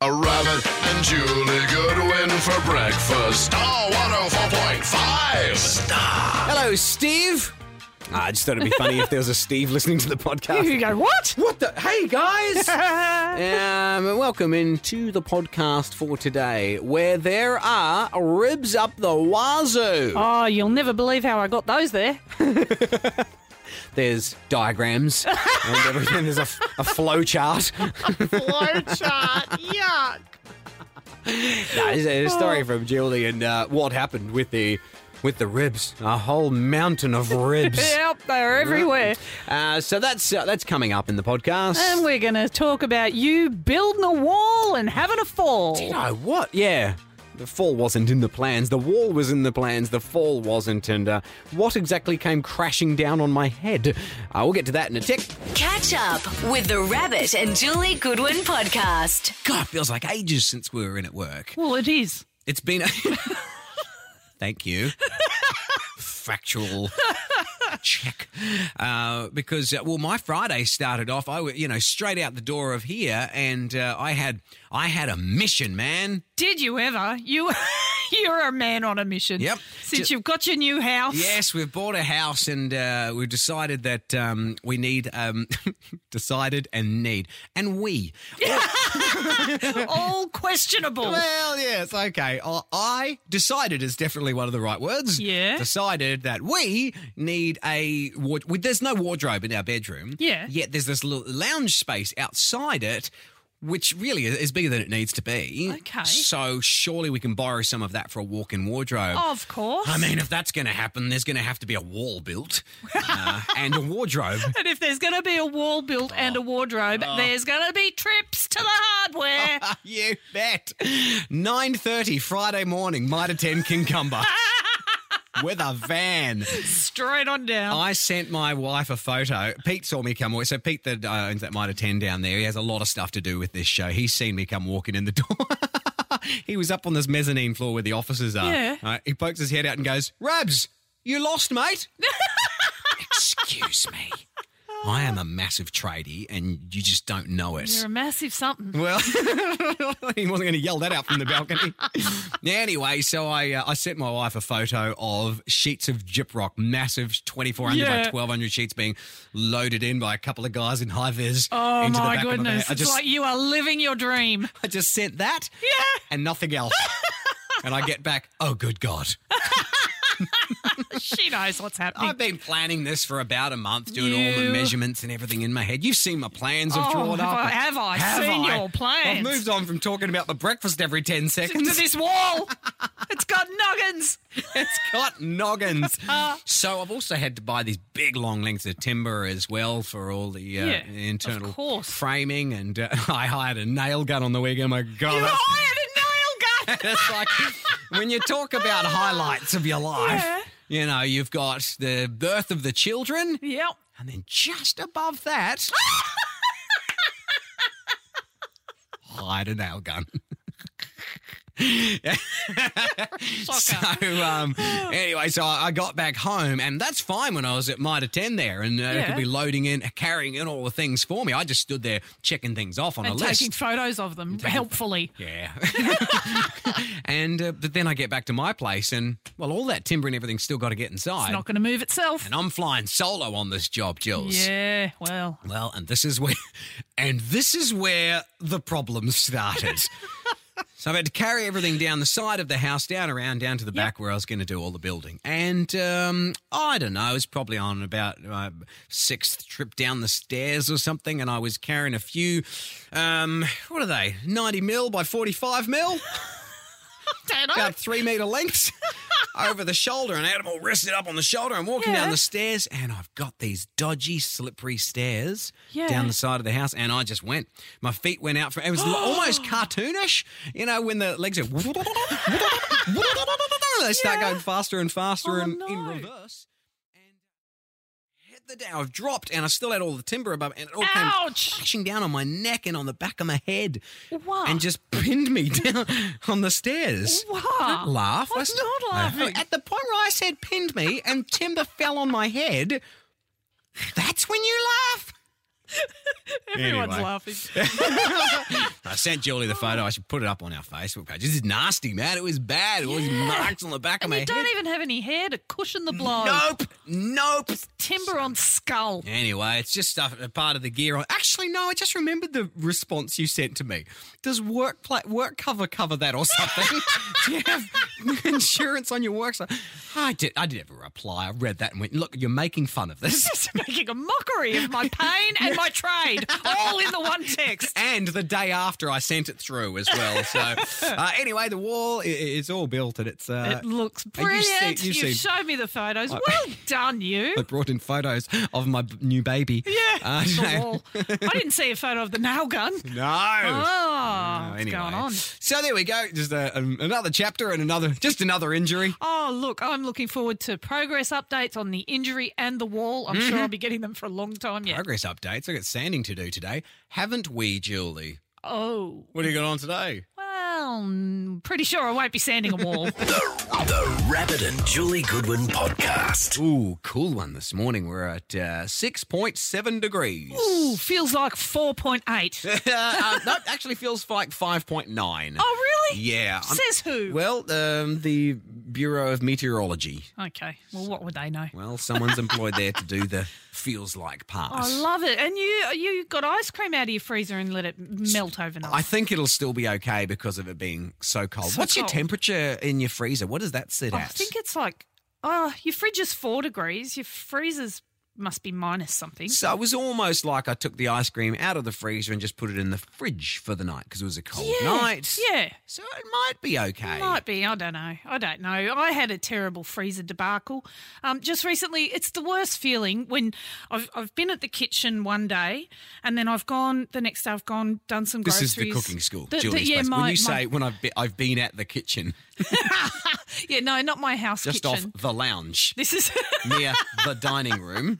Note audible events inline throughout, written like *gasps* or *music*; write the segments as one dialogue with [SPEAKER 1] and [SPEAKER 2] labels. [SPEAKER 1] A rabbit and Julie Goodwin for breakfast. Oh, Star 104.5. Star.
[SPEAKER 2] Hello, Steve. Ah, I just thought it'd be funny if there was a Steve listening to the
[SPEAKER 3] You
[SPEAKER 2] podcast.
[SPEAKER 3] *laughs*
[SPEAKER 2] *laughs*
[SPEAKER 3] go, what?
[SPEAKER 2] What the? Hey, guys! um, welcome into the podcast for today, where there are ribs up the wazoo.
[SPEAKER 3] Oh, you'll never believe how I got those there.
[SPEAKER 2] There's
[SPEAKER 3] *laughs*
[SPEAKER 2] diagrams and everything. There's a, f- a flow chart.
[SPEAKER 3] Flowchart, yuck.
[SPEAKER 2] No, it's a story from Julie and uh, what happened with the with the ribs. A whole mountain of
[SPEAKER 3] *laughs*
[SPEAKER 2] ribs.
[SPEAKER 3] Yep, they're everywhere.
[SPEAKER 2] Uh, so that's uh, that's coming up in the podcast.
[SPEAKER 3] And we're going to talk about you building a wall and having a fall.
[SPEAKER 2] You know what? Yeah. The fall wasn't in the plans. The wall was in the plans. The fall wasn't. And uh, what exactly came crashing down on my head? Uh, we'll get to that in a tick.
[SPEAKER 4] Catch up with the Rabbit and Julie Goodwin podcast.
[SPEAKER 2] God, it feels like ages since we were in at work.
[SPEAKER 3] Well, it is.
[SPEAKER 2] It's been. *laughs* Thank you. Factual check. Uh, because, uh, well, my Friday started off, I, w- you know, straight out the door of here, and uh, I had, I had a mission, man.
[SPEAKER 3] Did you ever? You, *laughs* you're a man on a mission.
[SPEAKER 2] Yep.
[SPEAKER 3] Since
[SPEAKER 2] Ju-
[SPEAKER 3] you've got your new house.
[SPEAKER 2] Yes, we've bought a house and uh, we've decided that um, we need, um, *laughs* decided and need, and we.
[SPEAKER 3] *laughs* All
[SPEAKER 2] *laughs*
[SPEAKER 3] questionable.
[SPEAKER 2] Well, Oh, yes, okay. I, I decided is definitely one of the right words.
[SPEAKER 3] Yeah.
[SPEAKER 2] Decided that we need a ward. We, there's no wardrobe in our bedroom.
[SPEAKER 3] Yeah.
[SPEAKER 2] Yet there's this little lounge space outside it. Which really is is bigger than it needs to be.
[SPEAKER 3] Okay.
[SPEAKER 2] So surely we can borrow some of that for a walk-in wardrobe.
[SPEAKER 3] Of course.
[SPEAKER 2] I mean, if that's going to happen, there's going to have to be a wall built uh, and a wardrobe.
[SPEAKER 3] and if there's going to be a wall built
[SPEAKER 2] Oh.
[SPEAKER 3] and a wardrobe, there's going to be trips to the
[SPEAKER 2] *laughs*
[SPEAKER 3] hardware.
[SPEAKER 2] *laughs* You bet. 9.30 Friday morning, Mitre 10 *laughs* Kingcumber. With a van.
[SPEAKER 3] Straight on down.
[SPEAKER 2] I sent my wife a photo. Pete saw me come. So Pete that uh, owns that Mitre 10 down there, he has a lot of stuff to do with this show. He's seen me come walking in the door. *laughs* he was up on this mezzanine floor where the offices are.
[SPEAKER 3] Yeah.
[SPEAKER 2] Uh, he pokes his head out and goes, Rabs, you lost, mate. *laughs* Excuse me. I am a massive tradie and you just don't know it.
[SPEAKER 3] You're a massive something.
[SPEAKER 2] Well, *laughs* he wasn't going to yell that out from the balcony. anyway, so I uh, I sent my wife a photo of sheets of gyprock, massive 2400 by
[SPEAKER 3] Yeah.
[SPEAKER 2] 1200 sheets being loaded in by a couple of guys in high vis.
[SPEAKER 3] Oh
[SPEAKER 2] into the
[SPEAKER 3] my
[SPEAKER 2] back of a van.
[SPEAKER 3] goodness.
[SPEAKER 2] I
[SPEAKER 3] It's
[SPEAKER 2] just,
[SPEAKER 3] like you are living your dream.
[SPEAKER 2] I just sent that
[SPEAKER 3] Yeah.
[SPEAKER 2] and nothing
[SPEAKER 3] *laughs*
[SPEAKER 2] else. and I get back, oh, good God.
[SPEAKER 3] She knows what's happening.
[SPEAKER 2] *laughs* I've been planning this for about a month, doing all the
[SPEAKER 3] You-
[SPEAKER 2] measurements and everything in my head. You've seen my plans I've
[SPEAKER 3] Oh,
[SPEAKER 2] drawn
[SPEAKER 3] have
[SPEAKER 2] up.
[SPEAKER 3] I- have I seen your plans?
[SPEAKER 2] I've moved on from talking about my breakfast every 10 seconds.
[SPEAKER 3] into this wall. it's got noggins.
[SPEAKER 2] It's got
[SPEAKER 3] *laughs*
[SPEAKER 2] noggins. so I've also had to buy these big long lengths of timber as well for all the uh,
[SPEAKER 3] Yeah,
[SPEAKER 2] internal
[SPEAKER 3] of course.
[SPEAKER 2] framing. And uh, *laughs* I hired a nail gun on the weekend. My God,
[SPEAKER 3] You
[SPEAKER 2] Oh, that's, *laughs*
[SPEAKER 3] hired a *laughs* nail gun.
[SPEAKER 2] that's like when you talk about highlights of your life. You know, you've got the birth of the children,
[SPEAKER 3] yep.
[SPEAKER 2] and then just above
[SPEAKER 3] *laughs*
[SPEAKER 2] that, hide a nail
[SPEAKER 3] *laughs*
[SPEAKER 2] gun.
[SPEAKER 3] Shocker.
[SPEAKER 2] So
[SPEAKER 3] *sighs*
[SPEAKER 2] um, anyway, so I I got back home, and that's fine when I was at Mitre 10 there, and uh, it
[SPEAKER 3] Yeah.
[SPEAKER 2] could be loading in, carrying in all the things for me. I just stood there checking things off on
[SPEAKER 3] and
[SPEAKER 2] a
[SPEAKER 3] taking
[SPEAKER 2] list.
[SPEAKER 3] photos of them helpfully.
[SPEAKER 2] yeah. *laughs* and uh, but then I get back to my place, and well, all that timber and everything's still got to get inside.
[SPEAKER 3] It's not going to move itself.
[SPEAKER 2] and I'm flying solo on this job, Jules.
[SPEAKER 3] Yeah, well,
[SPEAKER 2] Well, and this is where, and this is where the problem started. so I've had to carry everything down the side of the house, down around, down to the back where I was going to do all the building. And um, I don't know, I was probably on about my sixth trip down the stairs or something, and I was carrying a few, um, what are they, 90 mil by 45 mil?
[SPEAKER 3] don't know.
[SPEAKER 2] about three meter lengths *laughs* over the shoulder, and I had them all rested up on the shoulder. I'm walking down
[SPEAKER 3] Yeah.
[SPEAKER 2] the stairs, and I've got these dodgy, slippery stairs
[SPEAKER 3] Yeah.
[SPEAKER 2] down the side of the house, and I just went. My feet went out
[SPEAKER 3] *gasps*
[SPEAKER 2] from it was almost cartoonish, you know, when the legs are *laughs* they start going faster and faster
[SPEAKER 3] Oh,
[SPEAKER 2] and in
[SPEAKER 3] no.
[SPEAKER 2] reverse. And hit the down. I've dropped, and I still had all the timber above, and it all came
[SPEAKER 3] Ouch!
[SPEAKER 2] crashing down on my neck and on the back of my head,
[SPEAKER 3] Wow.
[SPEAKER 2] and just *laughs* pinned me down on the stairs
[SPEAKER 3] wow.
[SPEAKER 2] laugh.
[SPEAKER 3] I'm
[SPEAKER 2] I s-
[SPEAKER 3] not
[SPEAKER 2] No.
[SPEAKER 3] laughing.
[SPEAKER 2] At the point where I said pinned me and timber fell on my head, that's when you laugh.
[SPEAKER 3] Everyone's
[SPEAKER 2] Anyway. *laughs*
[SPEAKER 3] laughing.
[SPEAKER 2] I sent Julie the photo. I should put it up on our Facebook page. This is nasty, man. It was bad. It was marks on the back of
[SPEAKER 3] And
[SPEAKER 2] my
[SPEAKER 3] you don't
[SPEAKER 2] head.
[SPEAKER 3] even have any hair to cushion the blow.
[SPEAKER 2] Nope. Nope.
[SPEAKER 3] Timber on skull.
[SPEAKER 2] Anyway, it's just stuff a part of the gear. On actually, no, I just remembered the response you sent to me. Does work pla- work cover cover that or something? *laughs* Do you have insurance on your work? site? I did. I did have a reply. I read that and went, "Look, you're making fun of this."
[SPEAKER 3] *laughs* Making a mockery of my pain and my
[SPEAKER 2] *laughs*
[SPEAKER 3] trade, all in the one text.
[SPEAKER 2] and the day after I sent it through as well. So
[SPEAKER 3] *laughs*
[SPEAKER 2] uh, anyway, the wall i- i- it's all built and it's uh,
[SPEAKER 3] It looks
[SPEAKER 2] you Oh.
[SPEAKER 3] brilliant.
[SPEAKER 2] seen-
[SPEAKER 3] You've,
[SPEAKER 2] you've seen-
[SPEAKER 3] shown me the photos. well
[SPEAKER 2] *laughs*
[SPEAKER 3] done, you.
[SPEAKER 2] I brought in photos of my b- new baby.
[SPEAKER 3] Yeah, *laughs*
[SPEAKER 2] Uh,
[SPEAKER 3] the
[SPEAKER 2] *laughs* no.
[SPEAKER 3] wall. I didn't see a photo of the nail gun.
[SPEAKER 2] *laughs* No.
[SPEAKER 3] Oh,
[SPEAKER 2] No,
[SPEAKER 3] what's
[SPEAKER 2] anyway.
[SPEAKER 3] going on?
[SPEAKER 2] So there we go. Just uh, um, another chapter and another, just another injury.
[SPEAKER 3] Oh, look, I'm looking forward to progress updates on the injury and the wall. I'm
[SPEAKER 2] Mm-hmm.
[SPEAKER 3] sure I'll be getting them for a long time yet.
[SPEAKER 2] Progress updates. I got sanding to do today, haven't we, Julie?
[SPEAKER 3] Oh,
[SPEAKER 2] What do you got on today?
[SPEAKER 3] well, mm, pretty sure I won't be sanding
[SPEAKER 2] *laughs*
[SPEAKER 3] a wall.
[SPEAKER 1] The Rabbit and Julie Goodwin Podcast.
[SPEAKER 2] Ooh, cool one this morning. We're at uh, six point seven degrees.
[SPEAKER 3] Ooh, feels like
[SPEAKER 2] *laughs*
[SPEAKER 3] 4.8.
[SPEAKER 2] uh, no, actually feels like five point nine.
[SPEAKER 3] Oh, really?
[SPEAKER 2] Yeah. I'm-
[SPEAKER 3] Says who?
[SPEAKER 2] Well, um, the Bureau of Meteorology.
[SPEAKER 3] okay, well, what would they know?
[SPEAKER 2] Well, someone's employed there to do the feels like part.
[SPEAKER 3] I love it. And you you got ice cream out of your freezer and let it melt overnight.
[SPEAKER 2] I think it'll still be okay because of it being so cold.
[SPEAKER 3] So
[SPEAKER 2] What's your
[SPEAKER 3] cold.
[SPEAKER 2] temperature in your freezer? What does that sit
[SPEAKER 3] I
[SPEAKER 2] at?
[SPEAKER 3] think it's like, oh, your fridge is four degrees. Your freezer's must be minus something.
[SPEAKER 2] so it was almost like I took the ice cream out of the freezer and just put it in the fridge for the night because it was a cold
[SPEAKER 3] Yeah,
[SPEAKER 2] night.
[SPEAKER 3] Yeah.
[SPEAKER 2] So it might be okay.
[SPEAKER 3] Might be. I don't know. I don't know. I had a terrible freezer debacle um, just recently. It's the worst feeling when I've, I've been at the kitchen one day and then I've gone the next day. I've gone done some
[SPEAKER 2] This
[SPEAKER 3] groceries.
[SPEAKER 2] is the cooking school,
[SPEAKER 3] The- the-
[SPEAKER 2] Julie's
[SPEAKER 3] yeah,
[SPEAKER 2] place.
[SPEAKER 3] my,
[SPEAKER 2] when you
[SPEAKER 3] my-
[SPEAKER 2] say when I've be, I've been at the kitchen,
[SPEAKER 3] yeah, no, not my house
[SPEAKER 2] just
[SPEAKER 3] kitchen.
[SPEAKER 2] off the lounge
[SPEAKER 3] This is *laughs*
[SPEAKER 2] near the dining room.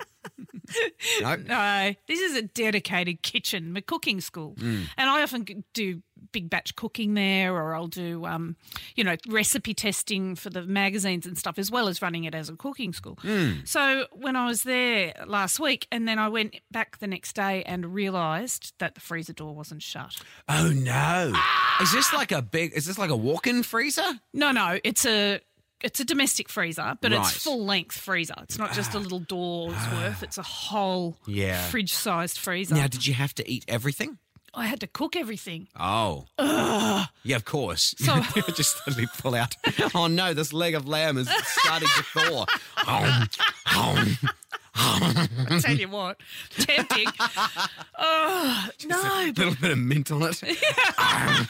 [SPEAKER 2] no,
[SPEAKER 3] no. Uh, This is a dedicated kitchen, my cooking school,
[SPEAKER 2] Hmm.
[SPEAKER 3] and I often g- do big batch cooking there, or I'll do, um, you know, recipe testing for the magazines and stuff, as well as running it as a cooking school.
[SPEAKER 2] Hmm.
[SPEAKER 3] So when I was there last week, and then I went back the next day and realised that the freezer door wasn't shut.
[SPEAKER 2] Oh no! Is this like a big? Is this like a walk-in freezer?
[SPEAKER 3] No, no, it's a. It's a domestic freezer, but
[SPEAKER 2] Right.
[SPEAKER 3] it's full length freezer. It's not just a
[SPEAKER 2] *sighs*
[SPEAKER 3] little door's worth. It's a whole
[SPEAKER 2] Yeah.
[SPEAKER 3] fridge sized freezer.
[SPEAKER 2] Now, did you have to eat everything?
[SPEAKER 3] I had to cook everything.
[SPEAKER 2] Oh, yeah, of course. *laughs*
[SPEAKER 3] So-
[SPEAKER 2] just suddenly pull out. Oh no, this leg of lamb is starting to thaw. Um, Om, om.
[SPEAKER 3] *laughs*
[SPEAKER 2] *laughs*
[SPEAKER 3] tell you what, tempting. oh, no, but
[SPEAKER 2] little bit of mint on it. Om.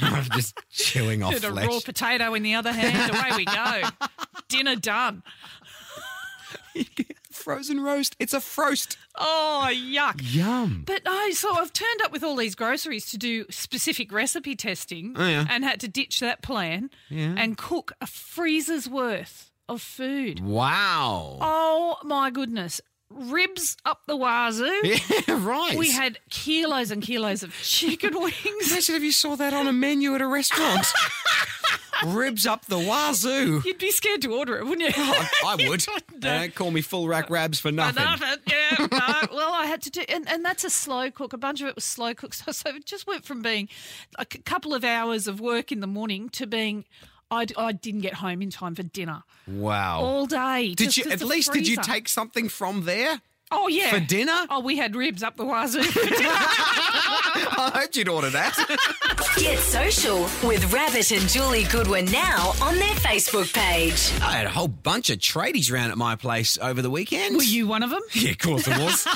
[SPEAKER 2] I'm just chewing off
[SPEAKER 3] a raw
[SPEAKER 2] flesh.
[SPEAKER 3] potato in the other hand. Away
[SPEAKER 2] *laughs*
[SPEAKER 3] we go. Dinner done.
[SPEAKER 2] Frozen roast. It's a frost.
[SPEAKER 3] Oh, yuck.
[SPEAKER 2] Yum.
[SPEAKER 3] But no, so I've turned up with all these groceries to do specific recipe testing
[SPEAKER 2] Oh, yeah.
[SPEAKER 3] and had to ditch that plan and cook a freezer's worth of food.
[SPEAKER 2] Wow.
[SPEAKER 3] Oh, my goodness. Ribs up the wazoo.
[SPEAKER 2] Yeah, *laughs* right.
[SPEAKER 3] We had kilos and kilos of
[SPEAKER 2] *laughs*
[SPEAKER 3] chicken wings.
[SPEAKER 2] Imagine if you saw that on a menu at a *laughs* restaurant. Ribs up the wazoo.
[SPEAKER 3] You'd be scared to order it, wouldn't *laughs* you?
[SPEAKER 2] I would. Don't call me full rack rabs for nothing.
[SPEAKER 3] Enough, yeah.
[SPEAKER 2] *laughs*
[SPEAKER 3] no. well, I had to do, and, and that's a slow cook. A bunch of it was slow cook stuff. *laughs* So it just went from being a c- couple of hours of work in the morning to being, I, I didn't get home in time for dinner
[SPEAKER 2] Wow.
[SPEAKER 3] all day.
[SPEAKER 2] Mm. did
[SPEAKER 3] just
[SPEAKER 2] you
[SPEAKER 3] 'cause
[SPEAKER 2] at
[SPEAKER 3] the
[SPEAKER 2] least did you
[SPEAKER 3] freezer.
[SPEAKER 2] take something from there? *laughs*
[SPEAKER 3] Oh yeah,
[SPEAKER 2] for dinner?
[SPEAKER 3] Oh, we had ribs up the
[SPEAKER 2] *laughs*
[SPEAKER 3] wazoo. *laughs* for dinner.
[SPEAKER 2] I hoped you'd order
[SPEAKER 3] *laughs*
[SPEAKER 2] that.
[SPEAKER 4] Get social with Rabbit and Julie Goodwin now on their Facebook page.
[SPEAKER 2] I had a whole bunch of tradies round at my place over the weekend.
[SPEAKER 3] Were you one of them?
[SPEAKER 2] *laughs* Yeah, of course it
[SPEAKER 3] *laughs*
[SPEAKER 2] was.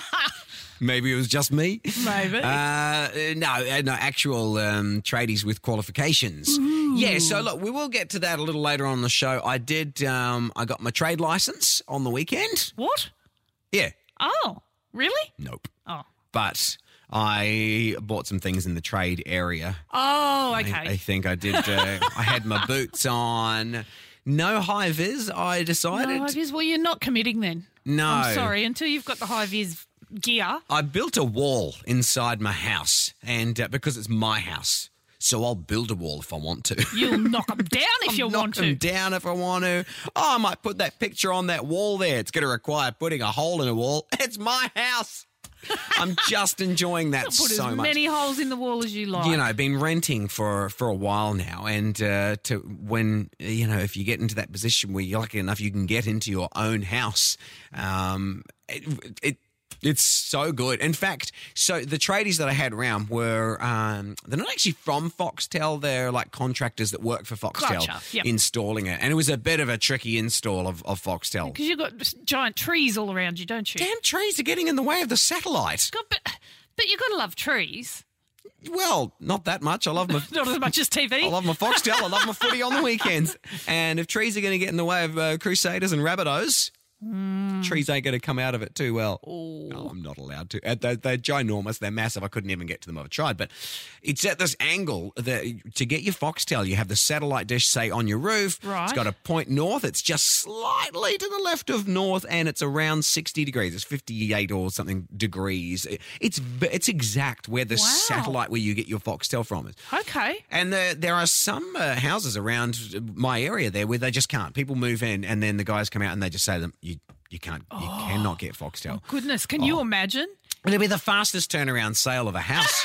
[SPEAKER 2] Maybe it was just me.
[SPEAKER 3] Maybe.
[SPEAKER 2] Uh, no, uh, no, actual um, tradies with qualifications. Yeah, so look, we will get to that a little later on in the show. I did, um, I got my trade license on the weekend.
[SPEAKER 3] what?
[SPEAKER 2] Yeah,
[SPEAKER 3] Oh, really?
[SPEAKER 2] nope.
[SPEAKER 3] Oh.
[SPEAKER 2] But I bought some things in the trade area
[SPEAKER 3] Oh,
[SPEAKER 2] I, I
[SPEAKER 3] okay.
[SPEAKER 2] think I did. Uh, I had
[SPEAKER 3] *laughs*
[SPEAKER 2] my boots on. No high vis. I decided.
[SPEAKER 3] no, Oh, I guess, well, you're not committing then.
[SPEAKER 2] No.
[SPEAKER 3] I'm sorry. Until you've got the high vis gear.
[SPEAKER 2] I built a wall inside my house, and uh, because it's my house, so I'll build a wall if I want to.
[SPEAKER 3] You'll knock them down *laughs* if you
[SPEAKER 2] Knock
[SPEAKER 3] want
[SPEAKER 2] them
[SPEAKER 3] to.
[SPEAKER 2] down if I want to. Oh, *laughs* I might put that picture on that wall there. It's going to require putting a hole in a wall. It's my house. I'm just enjoying that
[SPEAKER 3] Put
[SPEAKER 2] so
[SPEAKER 3] as
[SPEAKER 2] much.
[SPEAKER 3] many holes in the wall as you like.
[SPEAKER 2] you know, been renting for for a while now, and uh, to when you know, if you get into that position where you're lucky enough, you can get into your own house. Um, it, it it's so good. In fact, so the tradies that I had around were um, they're not actually from Foxtel. They're like contractors that work for Foxtel
[SPEAKER 3] Gotcha. Yep.
[SPEAKER 2] installing it, and it was a bit of a tricky install of, of Foxtel.
[SPEAKER 3] Because you've got just giant trees all around you, don't you?
[SPEAKER 2] Damn trees are getting in the way of the satellite.
[SPEAKER 3] God, but, but you've got to love trees.
[SPEAKER 2] Well, not that much. I *laughs* love my
[SPEAKER 3] Not as much as TV.
[SPEAKER 2] I love my foxtail. I love my footy on the weekends. And if trees are going to get in the way of uh, Crusaders and Rabbitohs,
[SPEAKER 3] Hmm.
[SPEAKER 2] trees ain't going to come out of it too well. No, I'm not allowed to. Uh, They're, they're ginormous. They're massive. I couldn't even get to them if I tried. But it's at this angle that to get your foxtail, you have the satellite dish, say, on your roof. It's
[SPEAKER 3] Right.
[SPEAKER 2] got a point north. It's just slightly to the left of north, and it's around 60 degrees. It's 58 or something degrees. It- It's v- it's exact where the
[SPEAKER 3] Wow.
[SPEAKER 2] satellite where you get your foxtail from is.
[SPEAKER 3] okay.
[SPEAKER 2] And there, there are some uh, houses around my area there where they just can't. People move in, and then the guys come out and they just say to them, "You, you can't, you cannot get Foxtel."
[SPEAKER 3] Goodness, can
[SPEAKER 2] Oh.
[SPEAKER 3] you imagine?
[SPEAKER 2] It'll be the fastest turnaround sale of a
[SPEAKER 3] *laughs*
[SPEAKER 2] house.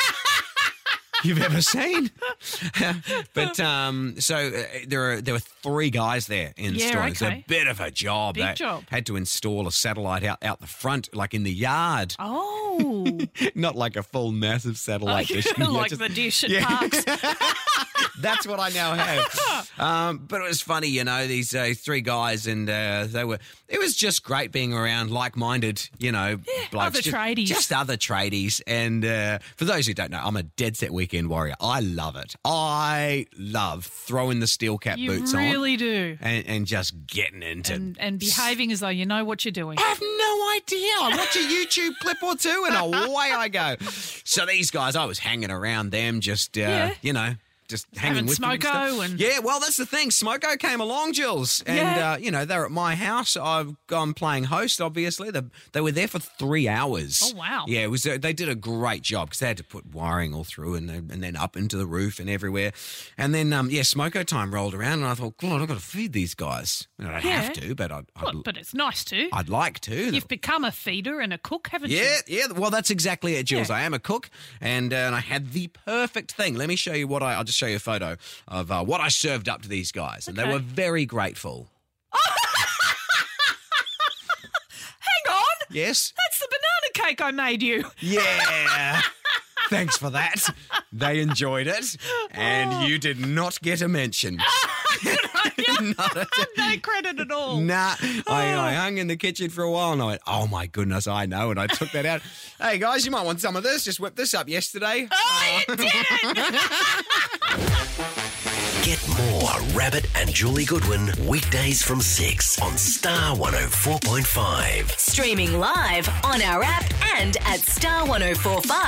[SPEAKER 2] You've ever seen, *laughs* but
[SPEAKER 3] Oh.
[SPEAKER 2] um, so uh, there are there were three guys there installing. It's a
[SPEAKER 3] okay.
[SPEAKER 2] bit of a job.
[SPEAKER 3] Big
[SPEAKER 2] They
[SPEAKER 3] job.
[SPEAKER 2] Had to install a satellite out out the front, like in the yard,
[SPEAKER 3] *laughs* Oh,
[SPEAKER 2] *laughs* not like a full massive satellite. dish. *laughs*
[SPEAKER 3] *laughs* like,
[SPEAKER 2] Yeah,
[SPEAKER 3] like
[SPEAKER 2] just-
[SPEAKER 3] the dish at
[SPEAKER 2] Yeah.
[SPEAKER 3] parks.
[SPEAKER 2] *laughs* That's what I now have. um, but it was funny, you know, these uh, three guys, and uh, they were. It was just great being around like-minded, you know, blokes,
[SPEAKER 3] other
[SPEAKER 2] just,
[SPEAKER 3] tradies.
[SPEAKER 2] just other tradies. And uh, for those who don't know, I'm a dead set weekend warrior. I love it. I love throwing the steel cap
[SPEAKER 3] You
[SPEAKER 2] boots
[SPEAKER 3] really
[SPEAKER 2] on
[SPEAKER 3] do.
[SPEAKER 2] and, and just getting into.
[SPEAKER 3] And, and behaving as though you know what you're doing.
[SPEAKER 2] I have no idea. I watch a YouTube clip or two and away I go. So these guys, I was hanging around them, just, uh,
[SPEAKER 3] Yeah.
[SPEAKER 2] you know, just hanging
[SPEAKER 3] Having
[SPEAKER 2] with them
[SPEAKER 3] smoko
[SPEAKER 2] stuff.
[SPEAKER 3] and-
[SPEAKER 2] Yeah, well, that's the thing. Smoko came along, Jules. And,
[SPEAKER 3] Yeah.
[SPEAKER 2] uh, you know, they're at my house. I've gone playing host, obviously. They, they were there for three hours.
[SPEAKER 3] Oh, wow.
[SPEAKER 2] Yeah, it was. uh, They did a great job because they had to put wiring all through and, then- and then up into the roof and everywhere. And then, um, yeah, Smoko time rolled around and I thought, God, I've got to feed these guys. And I don't have
[SPEAKER 3] Yeah.
[SPEAKER 2] to, but I'd, I'd,
[SPEAKER 3] Well, but it's nice to.
[SPEAKER 2] I'd like to. They're-
[SPEAKER 3] You've become a feeder and a cook, haven't
[SPEAKER 2] yeah,
[SPEAKER 3] you?
[SPEAKER 2] yeah. Well, that's exactly it, Jules.
[SPEAKER 3] Yeah.
[SPEAKER 2] I am a cook, and, uh, and I had the perfect thing. Let me show you what I. I'll just show you a photo of uh, what I served up to these guys, and they
[SPEAKER 3] Okay.
[SPEAKER 2] were very grateful.
[SPEAKER 3] Hang on.
[SPEAKER 2] Yes.
[SPEAKER 3] That's the banana cake I made you. *laughs*
[SPEAKER 2] Yeah. Thanks for that. They enjoyed it,
[SPEAKER 3] Oh.
[SPEAKER 2] and you did not get a mention. Not a-
[SPEAKER 3] No credit at all.
[SPEAKER 2] Nah,
[SPEAKER 3] Oh.
[SPEAKER 2] I, I hung in the kitchen for a while and I went, oh my goodness, I know. And I took that out. hey guys, you might want some of this. Just whipped this up yesterday.
[SPEAKER 5] Get more Rabbit and Julie Goodwin weekdays from 6 on Star 104.5.
[SPEAKER 4] Streaming live on oh our app and at star1045.com.au.